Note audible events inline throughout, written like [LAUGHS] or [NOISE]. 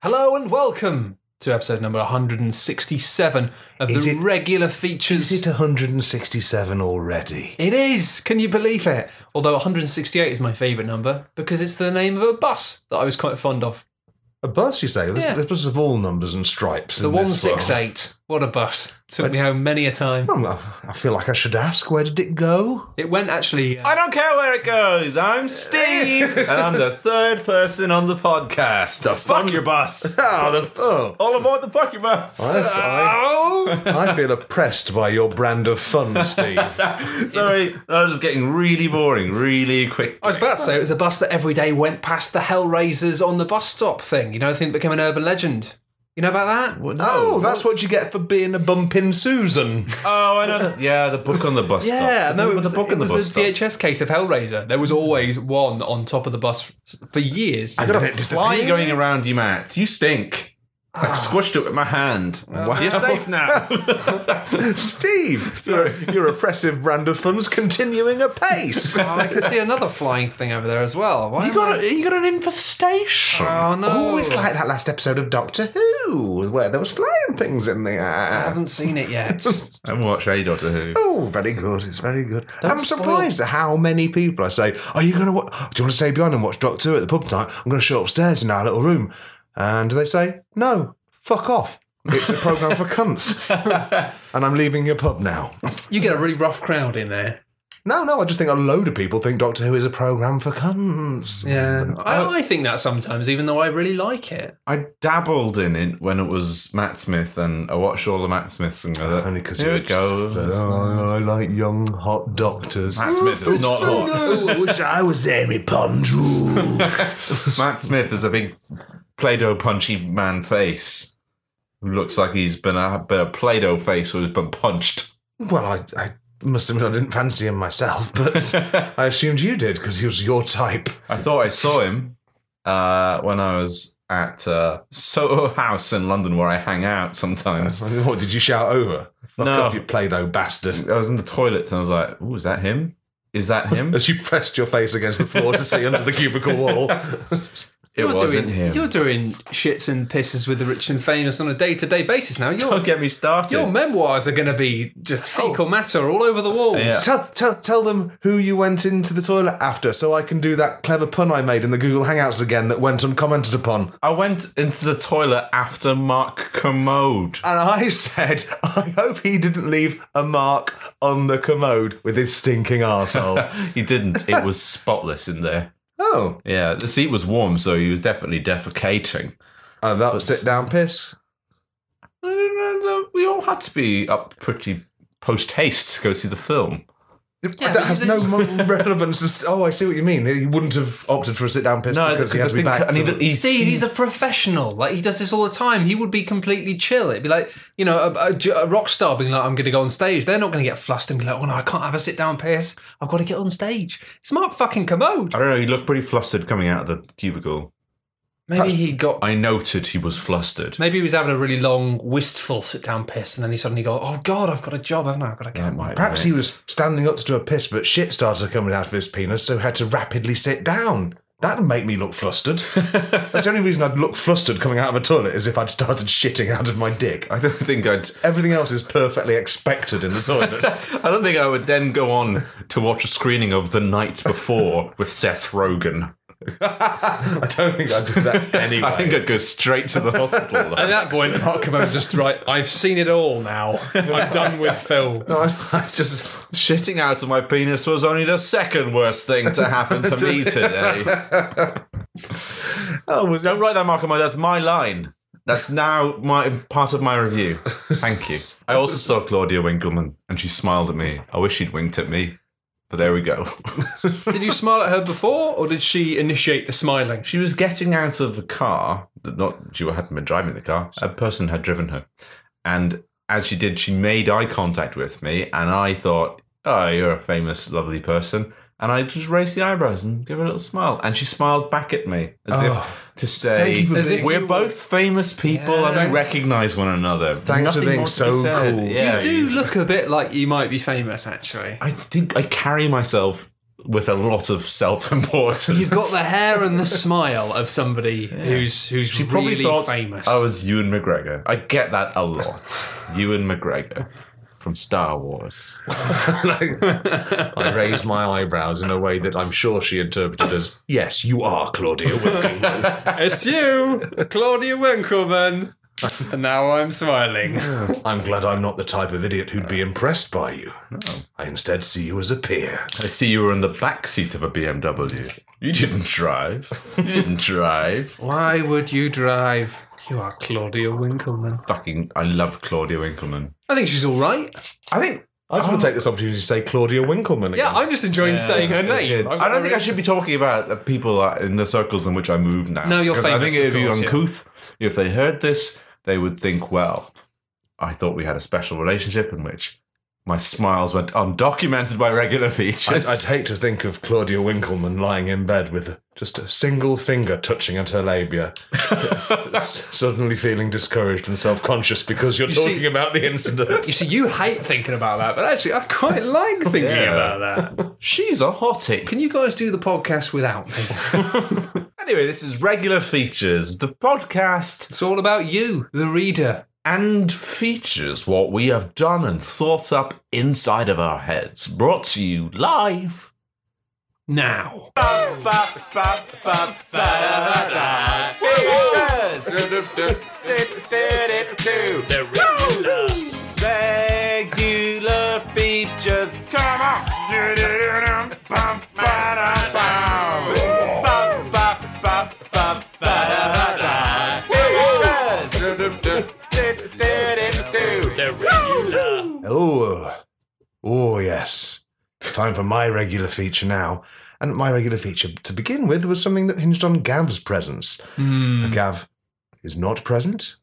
Hello and welcome to episode number 167 of Is the it- regular features. Is it 167 already? it is. Can you believe it? Although 168 is my favourite number because it's the name of a bus that I was quite fond of. A bus, you say? There's, Yeah. there's buses of all numbers and stripes. The in this world. 168. What a bus. Took me home many a time. Oh. I'm- I I feel like I should ask, where did it go? It went actually. uh, I don't care where it goes. [LAUGHS] I'm Steve, and Ah, I'm the third person on the podcast. The fuck fun- your bus. Ah, the oh. All aboard the fuck your bus. I, oh! I, I feel oppressed by your brand of fun, Steve. [LAUGHS] Sorry, I was just getting really boring, really quick. I was about to say it was a bus that every day went past the Hellraisers on the bus stop thing. You know, the thing that became an urban legend. You know about that? oh, that's what you get for being a bumpin' Susan. Oh, I know. that- yeah, the book on the bus. Oh, Yeah, stop. no, The it was, book on it the was bus. the stop. VHS case of Hellraiser. There was always one on top of the bus f- for years. And then it Why are you disappeared. going around, you Matt? You stink. I squished it with my hand. You're safe [LAUGHS] now. Steve, your, your oppressive brand of fun's continuing apace. Oh, I can see another flying thing over there as well. Why you am got I- a, you got an infestation. Oh no! Oh, it's like that last episode of Doctor Who, where there was flying things in the I air. haven't seen it yet. I haven't watched A Doctor Who. Oh, very good. It's very good. I'm spoil- surprised at how many people I say, Are you going to watch? Do you want to stay behind and watch Doctor Who at the pub tonight? I'm going to show upstairs in our little room. And they say, No, fuck off. It's a programme for [LAUGHS] cunts. and I'm leaving your pub now. [LAUGHS] you get a really rough crowd in there. No, no, I just think a load of people think Doctor Who is a programme for cunts. Yeah, I, I think that sometimes, even though I really like it. I dabbled in it when it was Matt Smith, and I watched all the Matt Smiths and I Only because here it goes. oh, I, I like young, hot doctors. Matt Smith is not hot. I wish I was Amy Pond. Ooh. [LAUGHS] Matt Smith is a big Play-Doh punchy man face. who Looks like he's been a, been a Play-Doh face who's been punched. Well, I, I must admit I didn't fancy him myself, but I assumed you did because he was your type. I thought I saw him uh, when I was at uh, Soho House in London, where I hang out sometimes. What did you shout over? Fuck No. off, you Play-Doh bastard! I was in the toilets and I was like, "Oh, is that him? Is that him? As you pressed your face against the floor to see under the cubicle wall. it [LAUGHS] You're wasn't doing, him." You're doing shits and pisses with the rich and famous on a day-to-day basis now. Your [LAUGHS] Don't get me started. your memoirs are going to be just fecal matter all over the walls. Yeah. Tell, tell, tell them who you went into the toilet after, so I can do that clever pun I made in the Google Hangouts again that went uncommented upon. I went into the toilet after Mark Commode. [LAUGHS] And I said, I hope he didn't leave a mark on the commode with his stinking [LAUGHS] arsehole. He didn't. It was spotless in there. oh, Yeah, the seat was warm, so he was definitely defecating. uh, that was sit down piss. We all had to be up pretty post haste to go see the film. Yeah, that but has you no [LAUGHS] mo- relevance. as- Oh, I see what you mean. He wouldn't have opted for a sit down piss No, because because he I had to be think back. I need to- to- he's Steve, he's a professional. Like he does this all the time. He would be completely chill. It'd be like you know a, a j- a rock star being like, "I'm going to go on stage." They're not going to get flustered and be like, "Oh no, I can't have a sit down piss. I've got to get on stage." It's Mark fucking Commode. I don't know. He looked pretty flustered coming out of the cubicle. Maybe he got. I noted he was flustered. Maybe he was having a really long, wistful sit down piss, and then he suddenly go, "Oh God, I've got a job, haven't I? I've got to get." That might be Perhaps it. he was standing up to do a piss, but shit started coming out of his penis, so had to rapidly sit down. That'd make me look [LAUGHS] flustered. That's the only reason I'd look flustered coming out of a toilet is if I'd started shitting out of my dick. [LAUGHS] I don't think I'd. Everything else is perfectly expected in the [LAUGHS] toilet. I don't think I would then go on to watch a screening of The Night Before with Seth [LAUGHS] Rogen. I don't think I'd do that anyway. I think I'd go straight to the hospital. [LAUGHS] At that point, Mark Commode just right. I've seen it all now. I'm done with film. No, [LAUGHS] I- I just Shitting out of my penis was only the second worst thing to happen to [LAUGHS] me today. oh, was Don't write that, Mark. on my- That's my line. That's now my part of my review. Thank you. I also saw Claudia Winkleman, and she smiled at me. I wish she'd winked at me, but there we go. Did you smile at her before, or did she initiate the smiling? She was getting out of the car. Not she hadn't been driving the car. A person had driven her, and as she did, she made eye contact with me, and I thought, "Oh, you're a famous, lovely person." And I just raised the eyebrows and gave her a little smile, and she smiled back at me as Oh. if to say, Thank you for as if being- "We're both famous people Yeah. and we recognise one another." Thanks for being more to be so said. cool. Yeah, you do look a bit like you might be famous, actually. I think I carry myself with a lot of self-importance. You've got the hair [LAUGHS] and the smile of somebody who's who's She probably really thought famous. I was Ewan McGregor. I get that a lot. [LAUGHS] Ewan McGregor from Star Wars. I raised my eyebrows in a way that I'm sure she interpreted as, yes, you are Claudia Wilking. [LAUGHS] it's you, Claudia Winkleman. And now I'm smiling. I'm glad I'm not the type of idiot who'd be impressed by you. I instead see you as a peer. I see you were in the back seat of a BMW. You didn't drive. [LAUGHS] You didn't drive. Why would you drive? You are Claudia Winkleman. Fucking, I love Claudia Winkleman. I think she's all right. I think I just want to take this opportunity to say Claudia Winkleman again. Yeah, I'm just enjoying saying her name. I don't think I should be talking about the people that- in the circles in which I move now. No, you're Because famous, I think of if you course, yeah. uncouth, if they heard this, they would think, well, I thought we had a special relationship in which my smiles went undocumented by regular features. I'd hate to think of Claudia Winkleman lying in bed with just a single finger touching at her [LAUGHS] labia, s- suddenly feeling discouraged and self conscious because you're see- talking about the incident. You see, you hate thinking about that, but actually, I quite like [LAUGHS] thinking Yeah. about that. [LAUGHS] She's a hottie. Can you guys do the podcast without me? Anyway, this is regular features, the podcast, It's all about you, the reader. and features what we have done and thought up inside of our heads. Brought to you live. Now. Regular features, come on. Oh, oh yes. Time for my regular feature now. And my regular feature to begin with was something that hinged on Gav's presence. Hmm. Mm. Gav is not present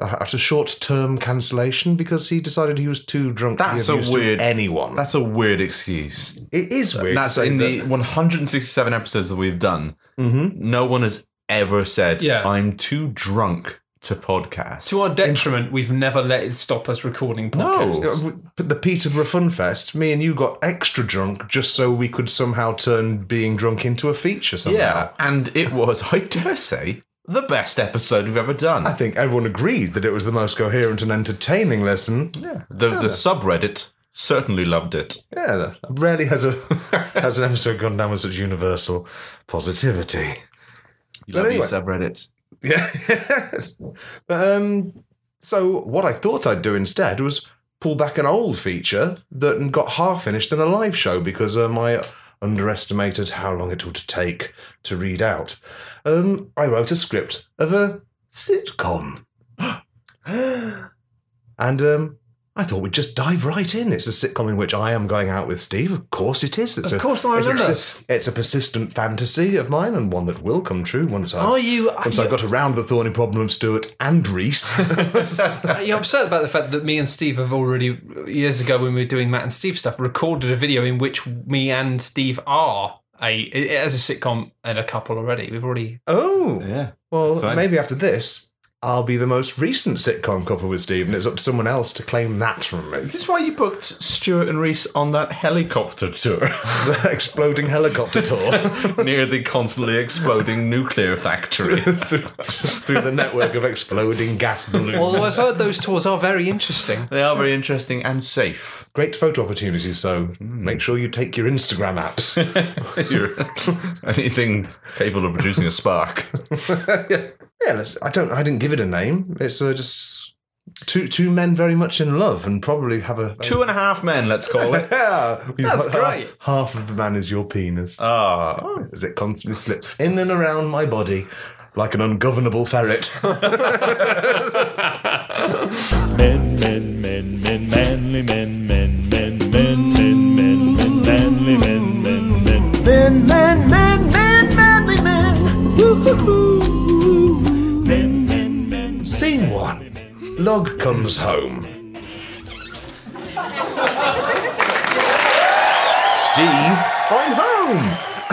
Uh, after short-term cancellation because he decided he was too drunk That's to a give abuse weird- to anyone. That's a weird excuse. it is weird. That's to say in that- the 167 episodes that we've done. Mhm. No one has ever said, Yeah. "I'm too drunk to podcast." To our detriment, we've never let it stop us recording No. podcasts. But Uh, the Peterborough Fun Fest, me and you got extra drunk just so we could somehow turn being drunk into a feature somehow. yeah, and it was, I dare say, the best episode we've ever done. I think everyone agreed that it was the most coherent and entertaining lesson. The the subreddit certainly loved it. Yeah, rarely has a [LAUGHS] has an episode gone down with such universal positivity. You But love anyway. these subreddits. Yeah. [LAUGHS] but um, so what I thought I'd do instead was pull back an old feature that got half finished in a live show because um, I underestimated how long it would take to read out. Um, I wrote a script of a sitcom, [GASPS] and um. I thought we'd just dive right in. It's a sitcom in which I am going out with Steve. Of course it is. It's Of a, course I it's a remember. persis- it's a persistent fantasy of mine and one that will come true once I Are you? once I got around the thorny problem of Stuart [LAUGHS] and Reese. Are you upset about the fact that me and Steve have already years ago when we were doing Matt and Steve stuff recorded a video in which me and Steve are a as a sitcom and a couple already. We've already [LAUGHS] oh, Yeah. well, That's fine. maybe after this, I'll be the most recent sitcom couple with Steve, and it's up to someone else to claim that from me. Is this why you booked Stuart and Reese on that helicopter tour the [LAUGHS] exploding helicopter [LAUGHS] tour [LAUGHS] near the constantly [LAUGHS] exploding nuclear factory? through the network of exploding gas balloons. Although I've heard those tours are very interesting. they are very interesting and safe. Great photo opportunities, so Hmm. make sure you take your Instagram [LAUGHS] apps. You're- [LAUGHS] anything capable of producing a [LAUGHS] spark. yeah, let's, I don't. I didn't give it a name. It's uh, just two two men very much in love, and probably have a [LAUGHS] Two and a half men, let's call [LAUGHS] it. Yeah, That's Half- great. Half of the man is your penis Ah, as it constantly slips in and around my body like an ungovernable ferret. Men, men, men, men, manly men, men, men, men, men, men, men, manly men, men, men. Men, men, men, men, manly men. Woo-hoo-hoo. Men, men, men. Scene one. Log comes home. Steve, I'm home.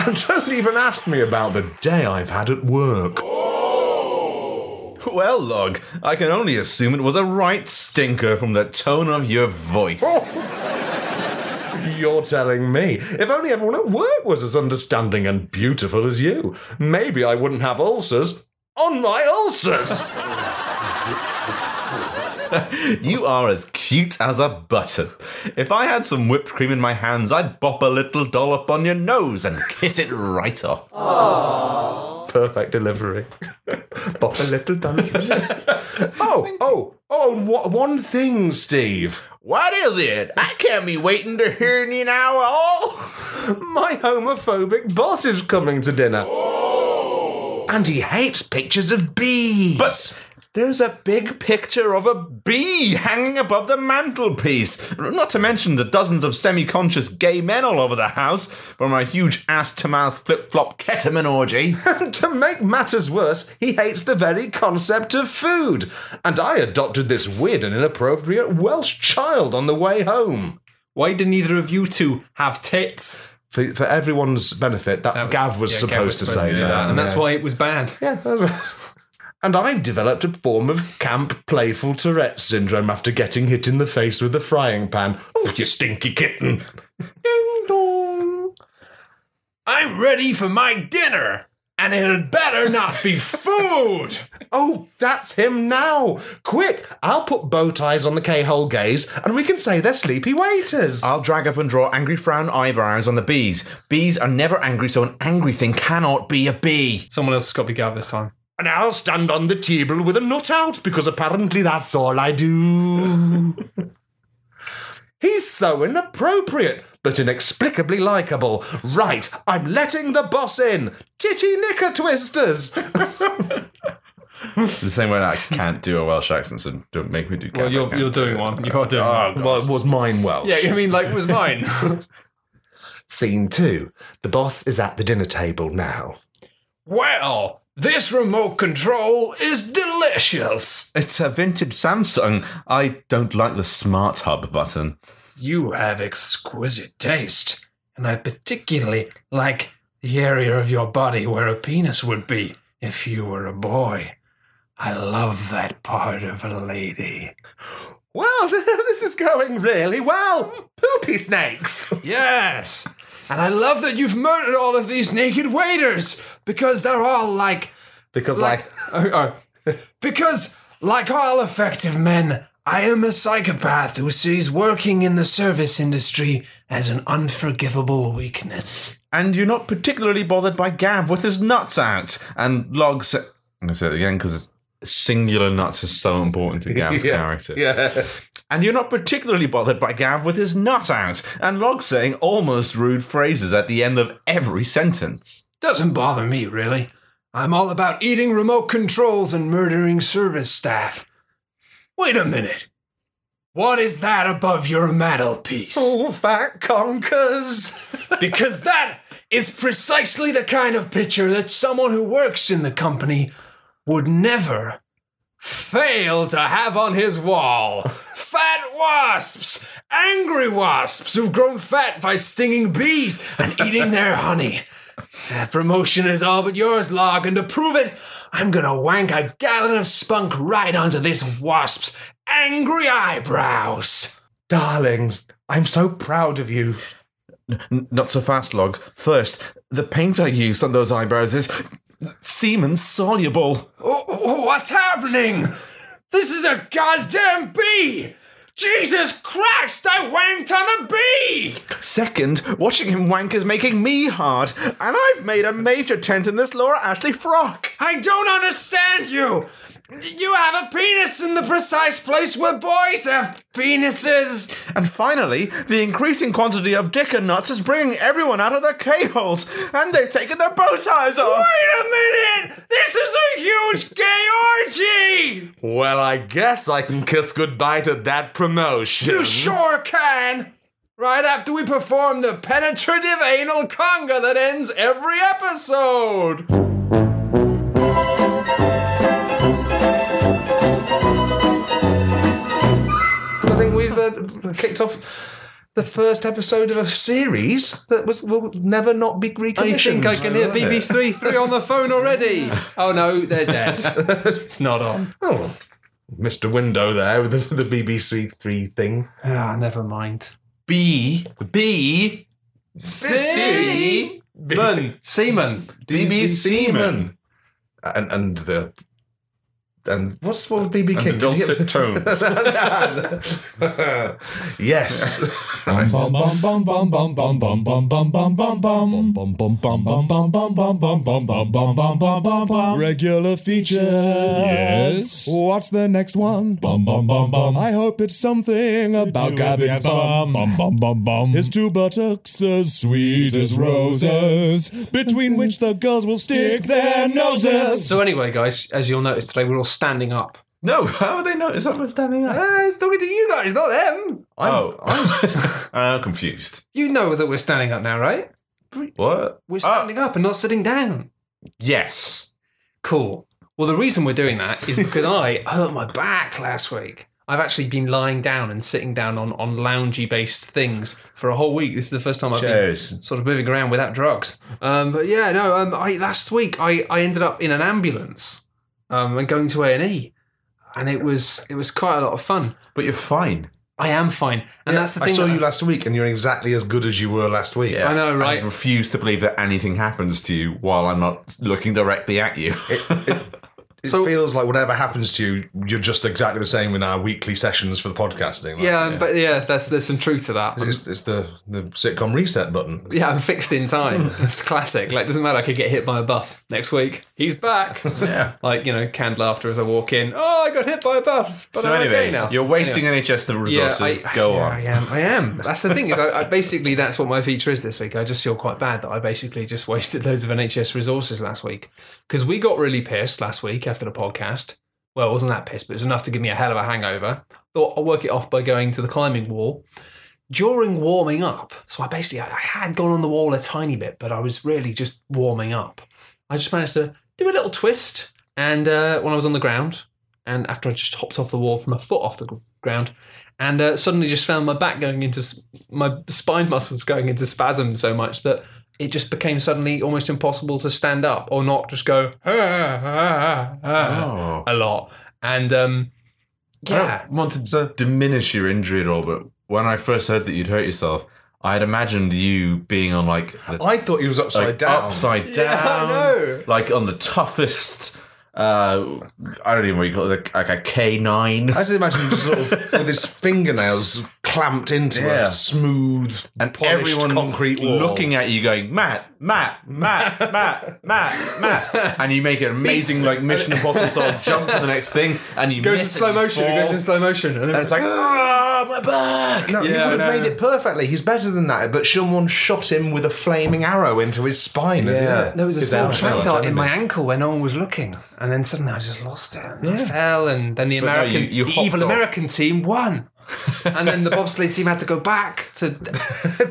And don't even ask me about the day I've had at work. Well, Log, I can only Oh. assume it was a right stinker from the tone of your voice. you're telling me. If only everyone at work was as understanding and beautiful as you, maybe I wouldn't have ulcers on my ulcers. You are as cute as a button. If I had some whipped cream in my hands, I'd bop a little dollop on your nose and kiss it right off. Perfect [LAUGHS] delivery. Bop a little done. [LAUGHS] oh, oh, oh, and what, one thing, Steve. What is it? I can't be waiting to hear you now all. My homophobic boss is coming to dinner. And he hates pictures of bees. [LAUGHS] But there's a big picture of a bee hanging above the mantelpiece. Not to mention the dozens of semi conscious gay men all over the house from a huge ass to mouth flip flop ketamine orgy. to make matters worse, he hates the very concept of food. And I adopted this weird and inappropriate Welsh child on the way home. Why didn't either of you two have tits? For, for everyone's benefit, that, That Gav was yeah, supposed Gav to say do that. and that's yeah. why it was bad. Yeah, that's right. And I've developed a form of camp playful Tourette syndrome after getting hit in the face with a frying pan. Oh, you stinky kitten! Ding dong! I'm ready for my dinner, and it had better not be food. Oh, that's him now! Quick, I'll put bow ties on the K hole gaze and we can say they're sleepy waiters! [LAUGHS] I'll drag up and draw angry frown eyebrows on the bees. Bees are never angry, so an angry thing cannot be a bee. Someone else has got to be Gav this time. and I'll stand on the table with a nut out because apparently that's all I do. [LAUGHS] He's so inappropriate, but inexplicably likable. Right, I'm letting the boss in. Titty knicker twisters. The same way that I can't do a Welsh accent, so don't make me do. Well, you're, you're doing one. You are doing one. Ah, well, was mine well. Yeah, I mean, like, it was mine. [LAUGHS] Scene two. The boss is at the dinner table now. well, this remote control is delicious. It's a vintage Samsung. I don't like the smart hub button. You have exquisite taste, and I particularly like the area of your body where a penis would be if you were a boy. I love that part of a lady. Well, [LAUGHS] this is going really well. Poopy snakes. [LAUGHS] Yes! And I love that you've murdered all of these naked waiters because they're all like Because like, [LAUGHS] oh, oh. because like all effective men i am a psychopath who sees working in the service industry as an unforgivable weakness And you're not particularly bothered by Gav with his nuts out and logs. I'm gonna say it again because singular nuts is so important to Gav's character. [LAUGHS] yeah. And you're not particularly bothered by Gav with his nut out and Log saying almost rude phrases at the end of every sentence. doesn't bother me really i'm all about eating remote controls and murdering service staff wait a minute what is that above your mantelpiece Oh, fat conkers. Because that is precisely the kind of picture that someone who works in the company would never fail to have on his wall. Fat wasps, angry wasps who've grown fat by stinging bees and eating their honey. That promotion is all but yours, Log, and to prove it, I'm gonna wank a gallon of spunk right onto this wasp's angry eyebrows. Darlings, I'm so proud of you. N- not so fast, Log. First, the paint I used on those eyebrows is semen soluble. Wh- wh- What's happening? This is a goddamn bee! Jesus Christ, I wanked on a bee! Second, watching him wank is making me hard, and I've made a major tent in this Laura Ashley frock. I don't understand you! You have a penis in the precise place where boys have penises! And finally, the increasing quantity of dick and nuts is bringing everyone out of their K-holes, and they've taken their bow ties off. Wait a minute! This is a huge gay orgy! Well, I guess I can kiss goodbye to that promotion. You sure can! Right after we perform the penetrative anal conga that ends every episode! I think we've uh, kicked off the first episode of a series that was will never not be I recommissioned. think I can hear BBC Three on the phone already. Oh no, they're dead. It's not on. Oh, Mr. Window there with the, the BBC Three thing. Ah, never mind. B B C Seaman. Seaman. BBC Seaman. And and the and what's what with BB and King? the dulcet [LAUGHS] tones. [LAUGHS] yes. Right. Regular features. Yes. What's the next one? Bum, bum, bum, bum. I hope it's something about Gavin's bum. Bum, bum, bum, bum. His two buttocks as sweet as roses, between which the girls will stick their noses. So anyway, guys, as you'll notice today, we're all standing up. No, how would they know? Is that what's standing up? Ah, it's talking to you guys, not them. oh, [LAUGHS] I'm, confused. You know that we're standing up now, right? What? We're Ah. standing up and not sitting down. Yes. Cool. Well, the reason we're doing that is because I hurt my back last week. I've actually been lying down and sitting down on, on loungy based things for a whole week. This is the first time I've been Chairs. sort of moving around without drugs. Um, but yeah, no. Um, I last week I, I ended up in an ambulance um, and going to A and E, and it was it was quite a lot of fun. But you're fine. I am fine, and that's the I thing. saw that you I- last week and you're exactly as good as you were last week. I know, I right? refuse to believe that anything happens to you while I'm not looking directly at you. It So- feels like whatever happens to you, you're just exactly the same in our weekly sessions for the podcasting. Like, yeah, um, but yeah, there's there's some truth to that. It's, it's the, the sitcom reset button. yeah, I'm fixed in time. It's classic. Like, doesn't matter. I could get hit by a bus next week. He's back. Yeah. Like, you know, canned laughter as I walk in. Oh, I got hit by a bus, but so I'm anyway, okay now. you're wasting NHS the Yeah, resources. I, Go yeah, on. I am. I am. That's the thing is, [LAUGHS] I, I basically that's what my feature is this week. I just feel quite bad that I basically just wasted loads of NHS resources last week because we got really pissed last week after the podcast. Well, it wasn't that pissed, but it was enough to give me a hell of a hangover. Thought I'll work it off by going to the climbing wall during warming up. So I basically I, I had gone on the wall a tiny bit, but I was really just warming up. I just managed to do a little twist, and uh, when I was on the ground, and after I just hopped off the wall from a foot off the gr- ground, and uh, suddenly just found my back going into s- my spine [LAUGHS] muscles going into spasm so much that it just became suddenly almost impossible to stand up or not just go "Ah, ah, ah, ah," a lot. And um, I yeah, don't want to diminish your injury at all, but when I first heard that you'd hurt yourself, I had imagined you being on like the I thought he was upside like, down. upside down, I know. like on the toughest. Uh, I don't even know what you call it, like a K nine. I just imagine him just sort [LAUGHS] of with his fingernails clamped into Yeah. a smooth and polished everyone concrete wall. looking at you going Matt Matt Matt Matt Matt Matt and you make an amazing like Mission Impossible sort of jump to the next thing and you goes in miss slow it, you motion. It fall, goes in slow motion, and, and it's like ah my back No, Yeah, Oh, he would I have know. made it perfectly. He's better than that. But someone shot him with a flaming arrow into his spine. as he Yeah. went. There was a His small arrow. track dart in my Enemy. ankle where no one was looking, and then suddenly I just lost it. And I fell, and then the no, American, you- you the hopped evil off. American team [LAUGHS] won, and then the bobsleigh team had to go back [LAUGHS] to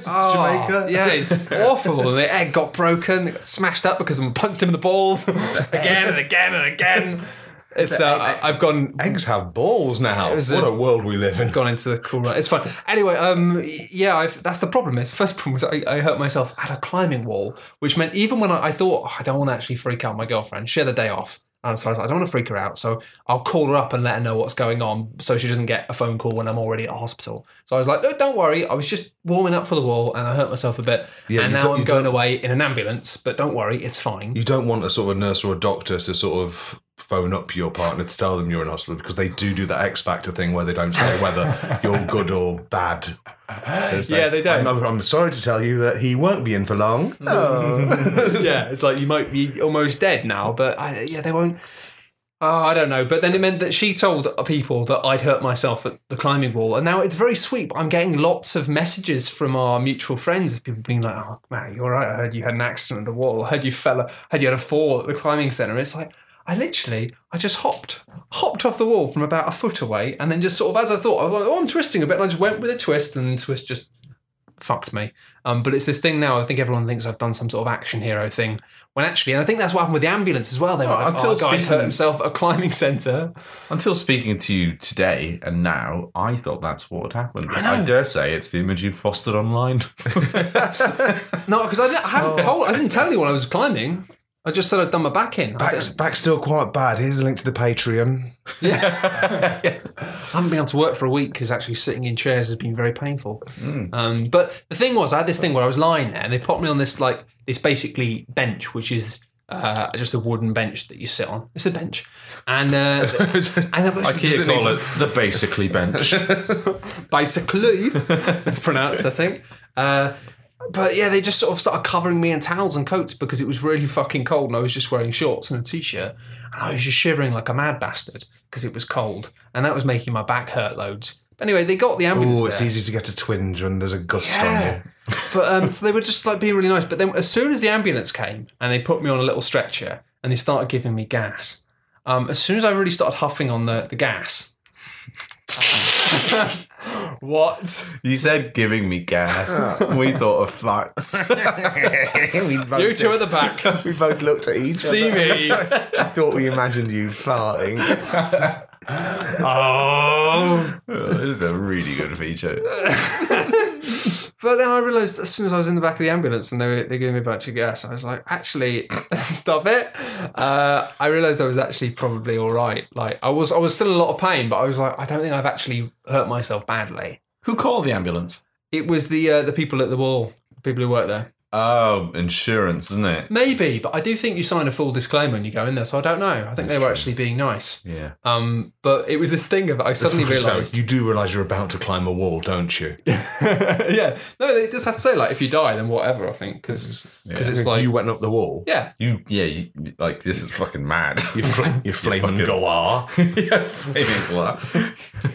Oh, Jamaica. [LAUGHS] Yeah, it's awful. And the egg got broken, it got smashed up because I punched him in the balls [LAUGHS] again and again and again. It's uh, I- I've gone Eggs have balls now. was What a- a world we live in. gone into the cool run. It's fine. Anyway, um, yeah, I've, that's the problem. Is first problem was I, I hurt myself at a climbing wall, which meant even when I, I thought "Oh, I don't want to actually freak out my girlfriend, she had a day off. And so I was like, I don't want to freak her out, so I'll call her up and let her know what's going on, so she doesn't get a phone call when I'm already at hospital. So I was like, no, don't worry. I was just warming up for the wall, and I hurt myself a bit, Yeah, and you now don't- I'm you going don't- away in an ambulance. But don't worry, it's fine. You don't want a sort of nurse or a doctor to sort of phone up your partner to tell them you're in hospital because they do do that X Factor thing where they don't say whether [LAUGHS] you're good or bad. They say, Yeah, they don't. I'm, I'm sorry to tell you that he won't be in for long. [LAUGHS] yeah, it's like you might be almost dead now, but I, yeah, they won't. Oh, I don't know. But then it meant that she told people that I'd hurt myself at the climbing wall. And now it's very sweet. but I'm getting lots of messages from our mutual friends of people being like, oh, man, you're right. I heard you had an accident at the wall. I heard you fell. I heard you had a fall at the climbing centre. It's like, I literally, I just hopped, hopped off the wall from about a foot away. And then just sort of as I thought, I was like, oh, I'm twisting a bit. And I just went with a twist and the twist just fucked me. Um, but it's this thing now. I think everyone thinks I've done some sort of action hero thing. When actually, and I think that's what happened with the ambulance as well. They were Well, like, until "Oh, guys speaking- hurt himself at a climbing centre." until speaking to you today and now I thought that's what had happened I, know. dare say it's the image you fostered online Oh. No, because I, didn't- I haven't told. I didn't tell anyone I was climbing. I just said I'd done my back in. I Back's, didn't- back's still quite bad. Here's a link to the Patreon. I haven't been able to work for a week because actually sitting in chairs has been very painful. Um, but the thing was, I had this thing where I was lying there, and they put me on this like this basically bench, which is uh, just a wooden bench that you sit on. It's a bench, [LAUGHS] and uh, and it was IKEA call it the basically bench. basically. [LAUGHS] it's pronounced, I think. Uh, but yeah, they just sort of started covering me in towels and coats because it was really fucking cold, and I was just wearing shorts and a t-shirt, and I was just shivering like a mad bastard because it was cold, and that was making my back hurt loads. Anyway, they got the ambulance. Oh, it's there. easy to get a twinge when there's a gust Yeah. But um, so they were just like being really nice. But then as soon as the ambulance came and they put me on a little stretcher and they started giving me gas, um, as soon as I really started huffing on the, the [LAUGHS] gas, [LAUGHS] what? You said giving me gas. we thought of farts. [LAUGHS] on you. we, both You two at the [LAUGHS] back. [LAUGHS] we both looked at each See me. I thought we imagined [LAUGHS] you farting. Oh. this is a really good feature. But then I realised as soon as I was in the back of the ambulance and they were they giving me a bunch of gas, I was like, actually, [LAUGHS] stop it. Uh, I realised I was actually probably all right. Like I was I was still in a lot of pain, but I was like, I don't think I've actually hurt myself badly. Who called the ambulance? It was the uh, the people at the wall, the people who work there. Oh, insurance, isn't it? Maybe, but I do think you sign a full disclaimer when you go in there, so I don't know. I think they were actually being nice. Yeah. Um, but it was this thing of I [LAUGHS] suddenly realised. you do realise you're about to climb a wall, [LAUGHS] don't you? yeah, no, they just have to say like if you die, then whatever. I think because it's like you went up the wall. [LAUGHS] yeah, You, yeah, you, like this is fucking mad. You're, fl- you're flaming [LAUGHS] fucking- galah. You're flaming blood.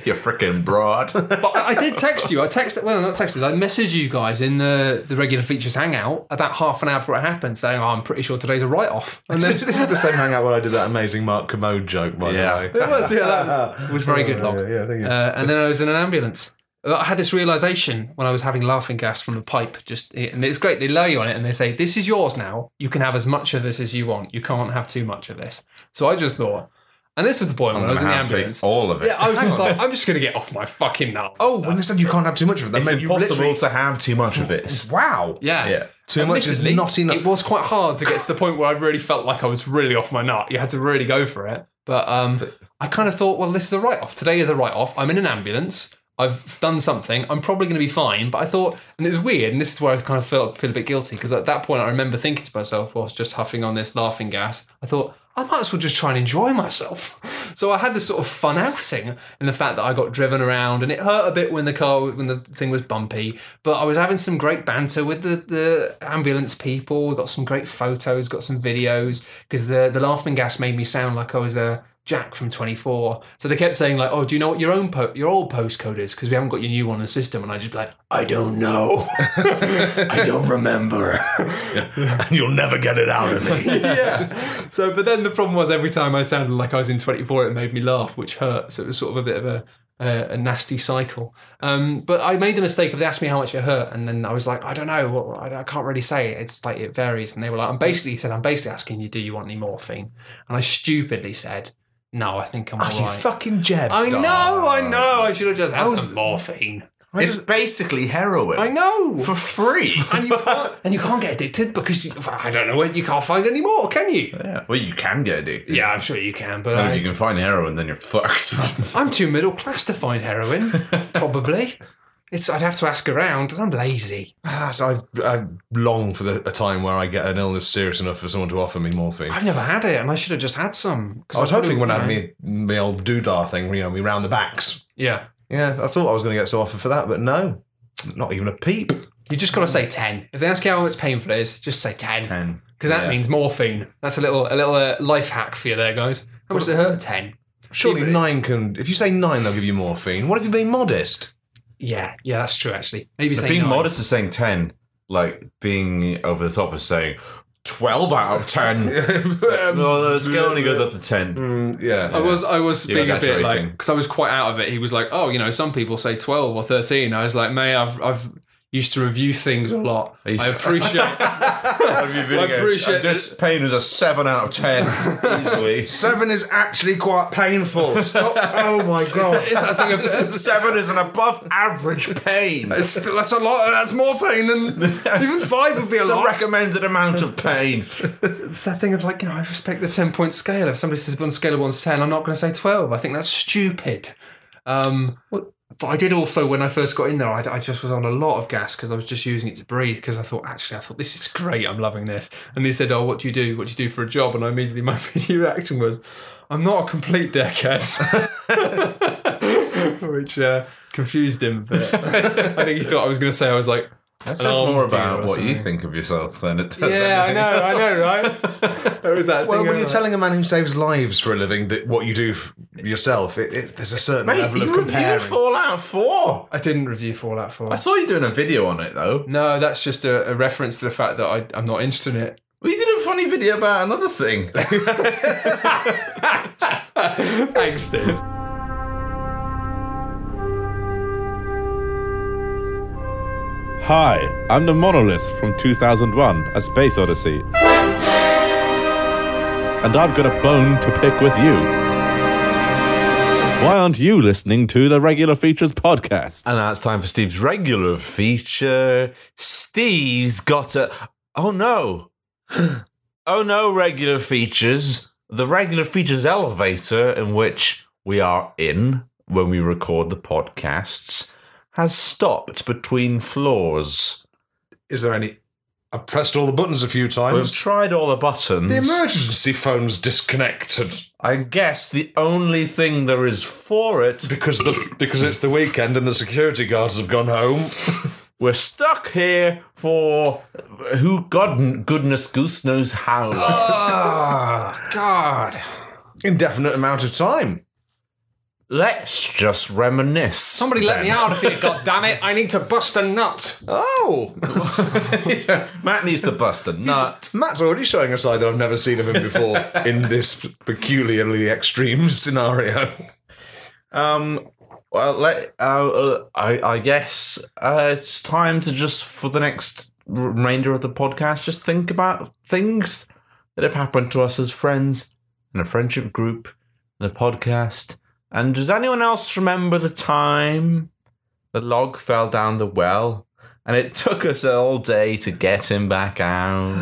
You're freaking broad. but I, I did text you. I texted well, not texted. I messaged you guys in the the regular features hangout about half an hour before it happened, saying oh, I'm pretty sure today's a write off. And then this is the same hangout where I did that amazing Mark Commode joke, by Yeah. the [LAUGHS] way. it [LAUGHS] was yeah, that [LAUGHS] was, was very good. Log. Yeah, yeah, thank you. Uh, and then I was in an ambulance. I had this realization when I was having laughing gas from the pipe. Just and it's great. They lay you on it and they say, "This is yours now. You can have as much of this as you want. You can't have too much of this." So I just thought, and this was the point when I was in the Have to ambulance. All of it. Yeah, I was just like, I'm just gonna get off my fucking nut. oh, when they said you can't have too much of it, that it's meant you impossible literally... to have too much of this. Wow. yeah, Yeah. Too much is Admittedly, not enough. It was quite hard to get to the point where I really felt like I was really off my nut. You had to really go for it. But um, I kind of thought, well, this is a write off. Today is a write off. I'm in an ambulance. I've done something. I'm probably going to be fine. But I thought, and it was weird. And this is where I kind of felt feel a bit guilty because at that point, I remember thinking to myself, whilst just huffing on this laughing gas, I thought. I might as well just try and enjoy myself. So I had this sort of fun outing in the fact that I got driven around and it hurt a bit when the car when the thing was bumpy, but I was having some great banter with the, the ambulance people. We got some great photos, got some videos because the the laughing gas made me sound like I was a Jack from 24. So they kept saying like, "Oh, do you know what your own po- your old postcode is because we haven't got your new one in the system." And I just be like, "I don't know." I don't remember. and you'll never get it out of me. yeah. So, but then the problem was every time I sounded like I was in 24, it made me laugh, which hurt. So it was sort of a bit of a a, a nasty cycle. Um, but I made the mistake of they asked me how much it hurt, and then I was like, I don't know, well, I, I can't really say. it. It's like it varies. And they were like, I'm basically said, I'm basically asking you, do you want any morphine? And I stupidly said, No, I think I'm Are all you right. fucking Jeb? I know, I know. I should have just had was- some morphine. It's basically heroin. I know. For free. and you can't and you can't get addicted because you, I don't know you can't find any more, can you? yeah. Well, you can get addicted. Yeah, I'm sure you can, but And I- If you can find heroin, then you're fucked. [LAUGHS] [LAUGHS] I'm too middle class to find heroin, probably. It's I'd have to ask around, and I'm lazy. Ah, so I've, I long for the, a time where I get an illness serious enough for someone to offer me morphine. I've never had it, and I should have just had some. 'cause I was probably hoping when I had wouldn't me, me old doodah thing, you know, me round the backs. know. Yeah, Yeah, I thought I was going to get some offer for that, but no, not even a peep. you just gotta say ten. If they ask you how much painful it is, just say ten, and because that Yeah. means morphine. That's a little a little uh, life hack for you there, guys. How much does it hurt? Ten. Surely nine can. If you say nine, they'll give you morphine. What if you're being modest? Yeah, yeah, that's true. Actually, maybe say being nine. modest is saying 10. Like, being over the top is saying 12 out of 10. no, the scale only goes up to 10. Mm, yeah. I was I was You're being a bit like exaggerating. because I was quite out of it. He was like, "Oh, you know, some people say twelve or 13. I was like, "May I've I've used to review things a lot. used I to- appreciate. I appreciate this pain is a seven out of ten easily. Seven is actually quite [LAUGHS] painful. Stop. Oh my god. It's that thing of- seven is an above average pain. It's It's- that's a lot. That's more pain [LAUGHS] than even five would be a a lot. recommended amount of pain. It's that thing of like, you know, I respect the 10 point scale. If somebody says one scale of 1 to 10, I'm not going to say 12. I think that's stupid. Um, but I did also, when I first got in there, I, I just was on a lot of gas because I was just using it to breathe because I thought, actually, I thought, this is great. I'm loving this. And they said, oh, what do you do? What do you do for a job? And I immediately, my [LAUGHS] immediate reaction was, I'm not a complete dickhead. [LAUGHS] Which uh, confused him a bit. [LAUGHS] I think he thought I was going to say, I was like, That An says more arms dealer or about what you something. think of yourself than it does. yeah, I anything. [LAUGHS] know, I know, right? That was that thing of, Well, when you're like- telling a man who saves lives for a living that what you do f- yourself, it, it, there's a certain level Mate, of you reviewed comparing. Fallout 4. I didn't review Fallout 4. I saw you doing a video on it though. No, that's just a, a reference to the fact that I, I'm not interested in it. We did a funny video about another [LAUGHS] thing. Thanks, Steve. Hi, I'm the Monolith from 2001 A Space Odyssey. And I've got a bone to pick with you. Why aren't you listening to the Regular Features podcast? And now it's time for Steve's regular feature. Steve's got a. Oh no! oh no, regular features. The regular features elevator in which we are in when we record the podcasts has stopped between floors. Is there any? I pressed all the buttons a few We've times. tried all the buttons. The emergency phone's disconnected I guess the only thing there is for it, because the because it's the weekend and the security guards have gone home. we're stuck here for who God goodness goose knows how. long. Ah, God. Indefinite amount of time. Let's just reminisce. Somebody let me then. out of here, God damn it! I need to bust a nut. [LAUGHS] Oh, Matt needs to bust a Uh, nut. [LAUGHS] Matt's already showing a side that I've never seen of him [LAUGHS] before in this peculiarly extreme [LAUGHS] scenario. Um, well, let uh, uh, I I guess uh, it's time to just for the next remainder of the podcast, just think about things that have happened to us as friends in a friendship group, in a podcast. And does anyone else remember the time the log fell down the well? And it took us all day to get him back out.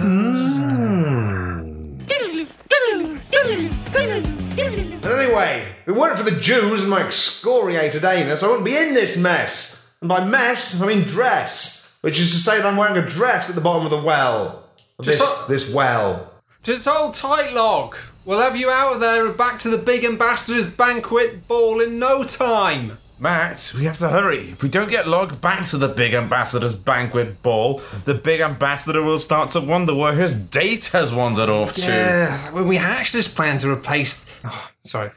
And anyway, if it weren't for the Jews and my excoriated anus, I wouldn't be in this mess. And by mess, I mean dress, which is to say that I'm wearing a dress at the bottom of the well. Of This, Just so- this well. Just hold tight, log. We'll have you out of there and back to the big ambassador's banquet ball in no time. Matt, we have to hurry. If we don't get Log back to the big ambassador's banquet ball, the big ambassador will start to wonder where his date has wandered off to. when we hatched this plan to replace, oh, [LAUGHS] sorry,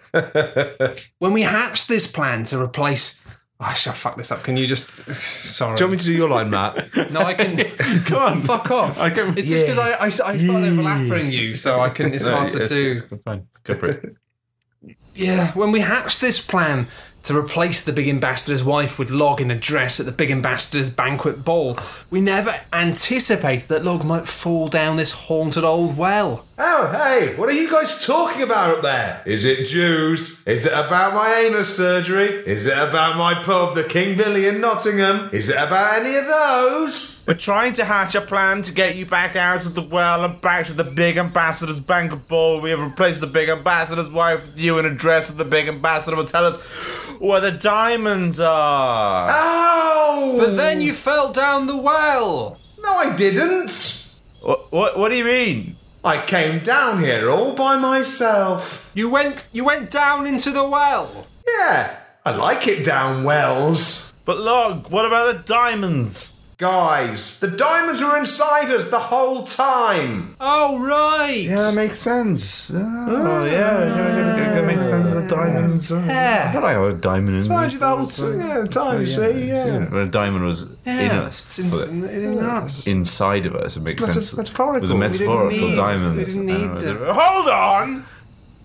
when we hatched this plan to replace, I shall fuck this up. Can you just, [SIGHS] sorry? me to do your line, Matt? No, I [LAUGHS] can. Come on, fuck off. I can, it's just because I, I, I started [LAUGHS] overlapping you, so I can. It's hard to do. fine. Go for it. Yeah, when we hatched this plan to replace the big ambassador's wife with Log in a dress at the big ambassador's banquet ball, we never anticipated that Log might fall down this haunted old well. [LAUGHS] oh, hey, what are you guys talking about up there? Is it Jews? Is it about my anus surgery? Is it about my pub, the King Billy in Nottingham? Is it about any of those? We're trying to hatch a plan to get you back out of the well and back to the big ambassador's banquet ball. We have replaced the big ambassador's wife with you in a dress, and the big ambassador will tell us where the diamonds are. Oh! But then you fell down the well. No, I didn't! What, what, what do you mean? I came down here all by myself. You went. You went down into the well. Yeah, I like it down wells. But Log, what about the diamonds? Guys, the diamonds were inside us the whole time. Oh right. makes sense. Oh, yeah, yeah, yeah, it makes sense. The diamonds. Yeah. I have a diamond in Inside you the whole t- yeah, time, you see, yeah. When a diamond was in us, It's for the- in- nuts. inside of us, it makes Meta- sense. metaphorical. It was a We didn't metaphorical need- diamond. we didn't And need it was them. a- Hold on!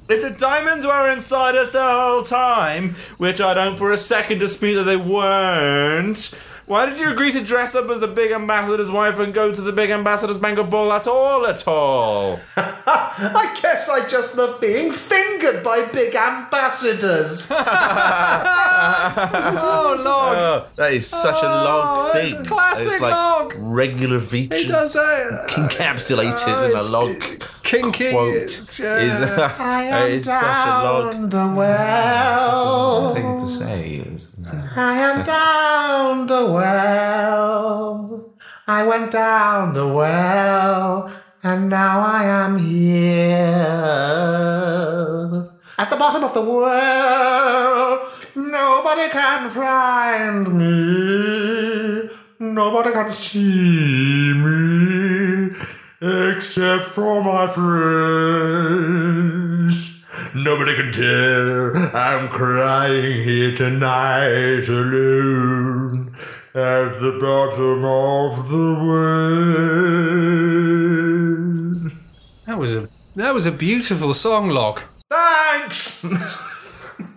If the diamonds were inside us the whole time, which I don't for a second dispute that they weren't, Why did you agree to dress up as the big ambassador's wife and go to the big ambassador's banquet ball at all? At all? I guess I just love being fingered by big ambassadors. Oh lord, Oh, that is such a log that's thing. a classic It's like log. Regular features. he does it. encapsulated Oh, in a it's log ki- kinky. quote. It's, Is, [LAUGHS] yeah. I am it's such a log the well, thing to say. Is, I [LAUGHS] am down the well. I went down the well, and now I am here. At the bottom of the well, nobody can find me. Nobody can see me except for my friends. Nobody can tell I'm crying here tonight alone at the bottom of the world. That was a that was a beautiful song log. [LAUGHS] Thanks!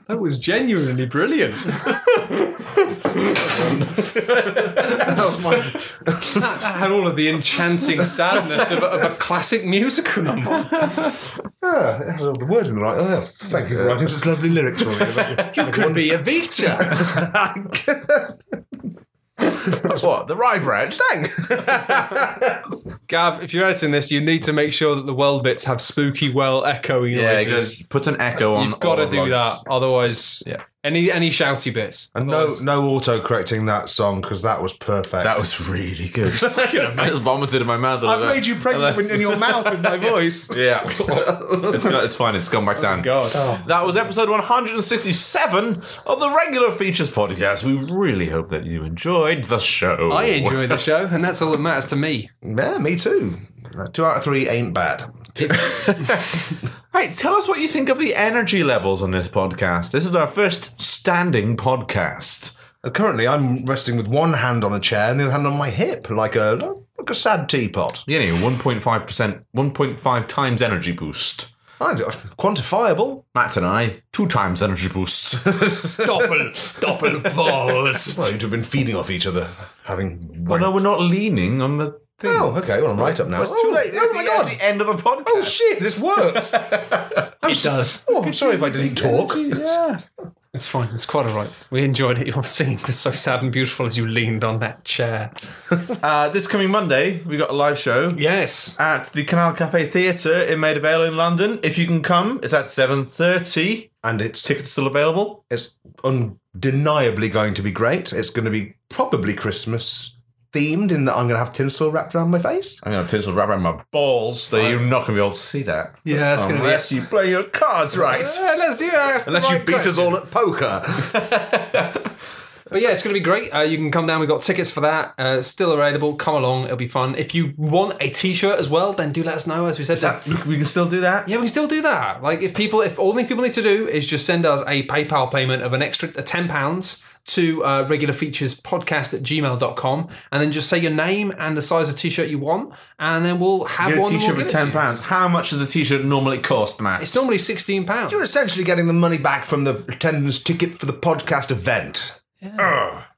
That was genuinely brilliant. Oh, that, that had all of the enchanting sadness of, a- of a classic musical [LAUGHS] number. Ah, the words in the right. Oh, thank you for writing such lovely lyrics [LAUGHS] for me. You could be a Vita. what? The Rye Branch? Gav, if you're editing this, you need to make sure that the well bits have spooky well echoing Yeah, it noises. goes, put an echo on You've got to all do that, logs. otherwise, Yeah. any any shouty bits. And no, no auto correcting that song because that was perfect. That was really good. [LAUGHS] I just vomited in my mouth. a little I've bit. made you pregnant Unless- in your mouth with my voice. [LAUGHS] Yeah. it's, got, it's fine. It's gone back down. God. That was episode 167 of the regular features podcast. We really hope that you enjoyed the show. I enjoy the show, and that's all that matters to me. Yeah, me too. Uh, Two out of three ain't bad. Hey, tell us what you think of the energy levels on this podcast. This is our first standing podcast. Uh, Currently, I'm resting with one hand on a chair and the other hand on my hip, like a like a sad teapot. You know, 1.5%, 1.5 times energy boost. I- Quantifiable. Matt and I, two times energy [LAUGHS] boost. Doppel, doppel [LAUGHS] balls. Well, you'd have been feeding off each other, having. but no, we're not leaning on the thing. Oh, okay. Well, I'm right up now. It's too Oh, late. Oh It's my the- god! it's the end of the podcast. Oh shit! This [LAUGHS] worked. It does. Oh, I'm sorry if I didn't talk. Yeah. It's fine. It's quite all right. We enjoyed it. Your singing was so sad and beautiful as you leaned on that chair. Oh. Uh, this coming Monday, we got a live show. Yes. at the Canal Cafe Theatre in Maida Vale in London. If you can come, it's at 7.30. And it's Tickets still available. it's undeniably going to be great. It's going to be probably Christmas themed in that I'm going to have tinsel wrapped around my face. I'm going to tinsel wrap around my balls, so you're not going to be able to see that. Yeah, it's going to be. Unless you play your cards right. Yeah, let's do that. Unless you beat us all at poker. But yeah, it's going to be great. Uh, you can come down. We've got tickets for that. Uh, still available. Come along. It'll be fun. If you want a T-shirt as well, then do let us know. As we said, there's- we can still do that? yeah, we can still do that. Like if people, if all the people need to do is just send us a PayPal payment of an extra uh, ten pounds to uh, regular features podcast at gmail.com and then just say your name and the size of t-shirt you want and then we'll have Get a one and t-shirt we'll for give it to you. £10. How much does a t-shirt normally cost, Matt? it's normally 16 pounds You're essentially getting the money back from the attendance ticket for the podcast event.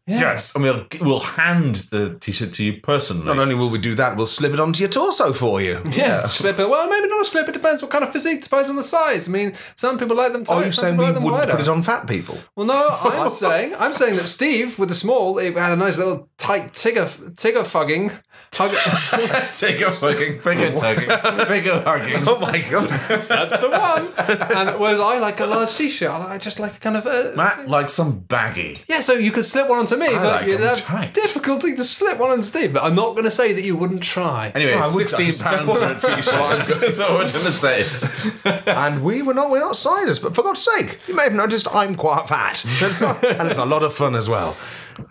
Yes. And we'll, we'll hand the t-shirt to you personally. Not only will we do that, we'll slip it onto your torso for you. Yeah, slipper. Well, maybe not a slipper. Depends what kind of physique. Depends on the size. I mean, some people like them tight. Are some you Oh, saying people we like them wouldn't wider. put it on fat people? Well, no. [LAUGHS] I'm saying I'm saying that Steve with the small it had a nice little tight tigger tigger fugging. [LAUGHS] Tug- [LAUGHS] Take a fucking [LAUGHS] finger tugging. Finger hugging. Oh my god. that's the one. And whereas I like a large t-shirt. I, like, I just like a kind of. Uh, Matt likes some baggy. yeah, so you could slip one onto me, but like you'd them have tight. difficulty to slip one on Steve. But I'm not going to say that you wouldn't try. Anyway, Oh, I it's would sixteen like- pounds for a [LAUGHS] t-shirt. [LAUGHS] That's what we're gonna say. And we were not, we're not sizes, but for God's sake, you may have noticed I'm quite fat. That's not, and it's a lot of fun as well.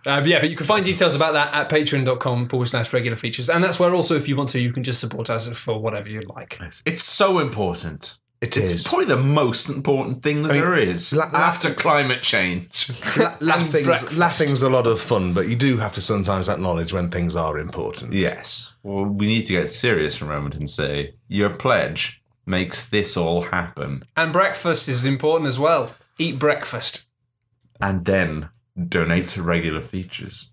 Uh, yeah, but you can find details about that at patreon.com forward slash regular features. And that's where also, if you want to, you can just support us for whatever you like. It's so important. It is. It's probably the most important thing that there is la- la- after climate change. La- laughing's, laughing's a lot of fun, but you do have to sometimes acknowledge when things are important. yes. Well, we need to get serious for a moment and say your pledge makes this all happen, And breakfast is important as well. Eat breakfast. [LAUGHS] and then donate to regular features.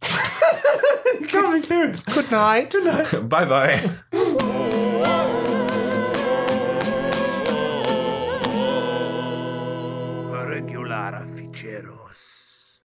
Can't be serious. Good night. Good night. [LAUGHS] bye bye.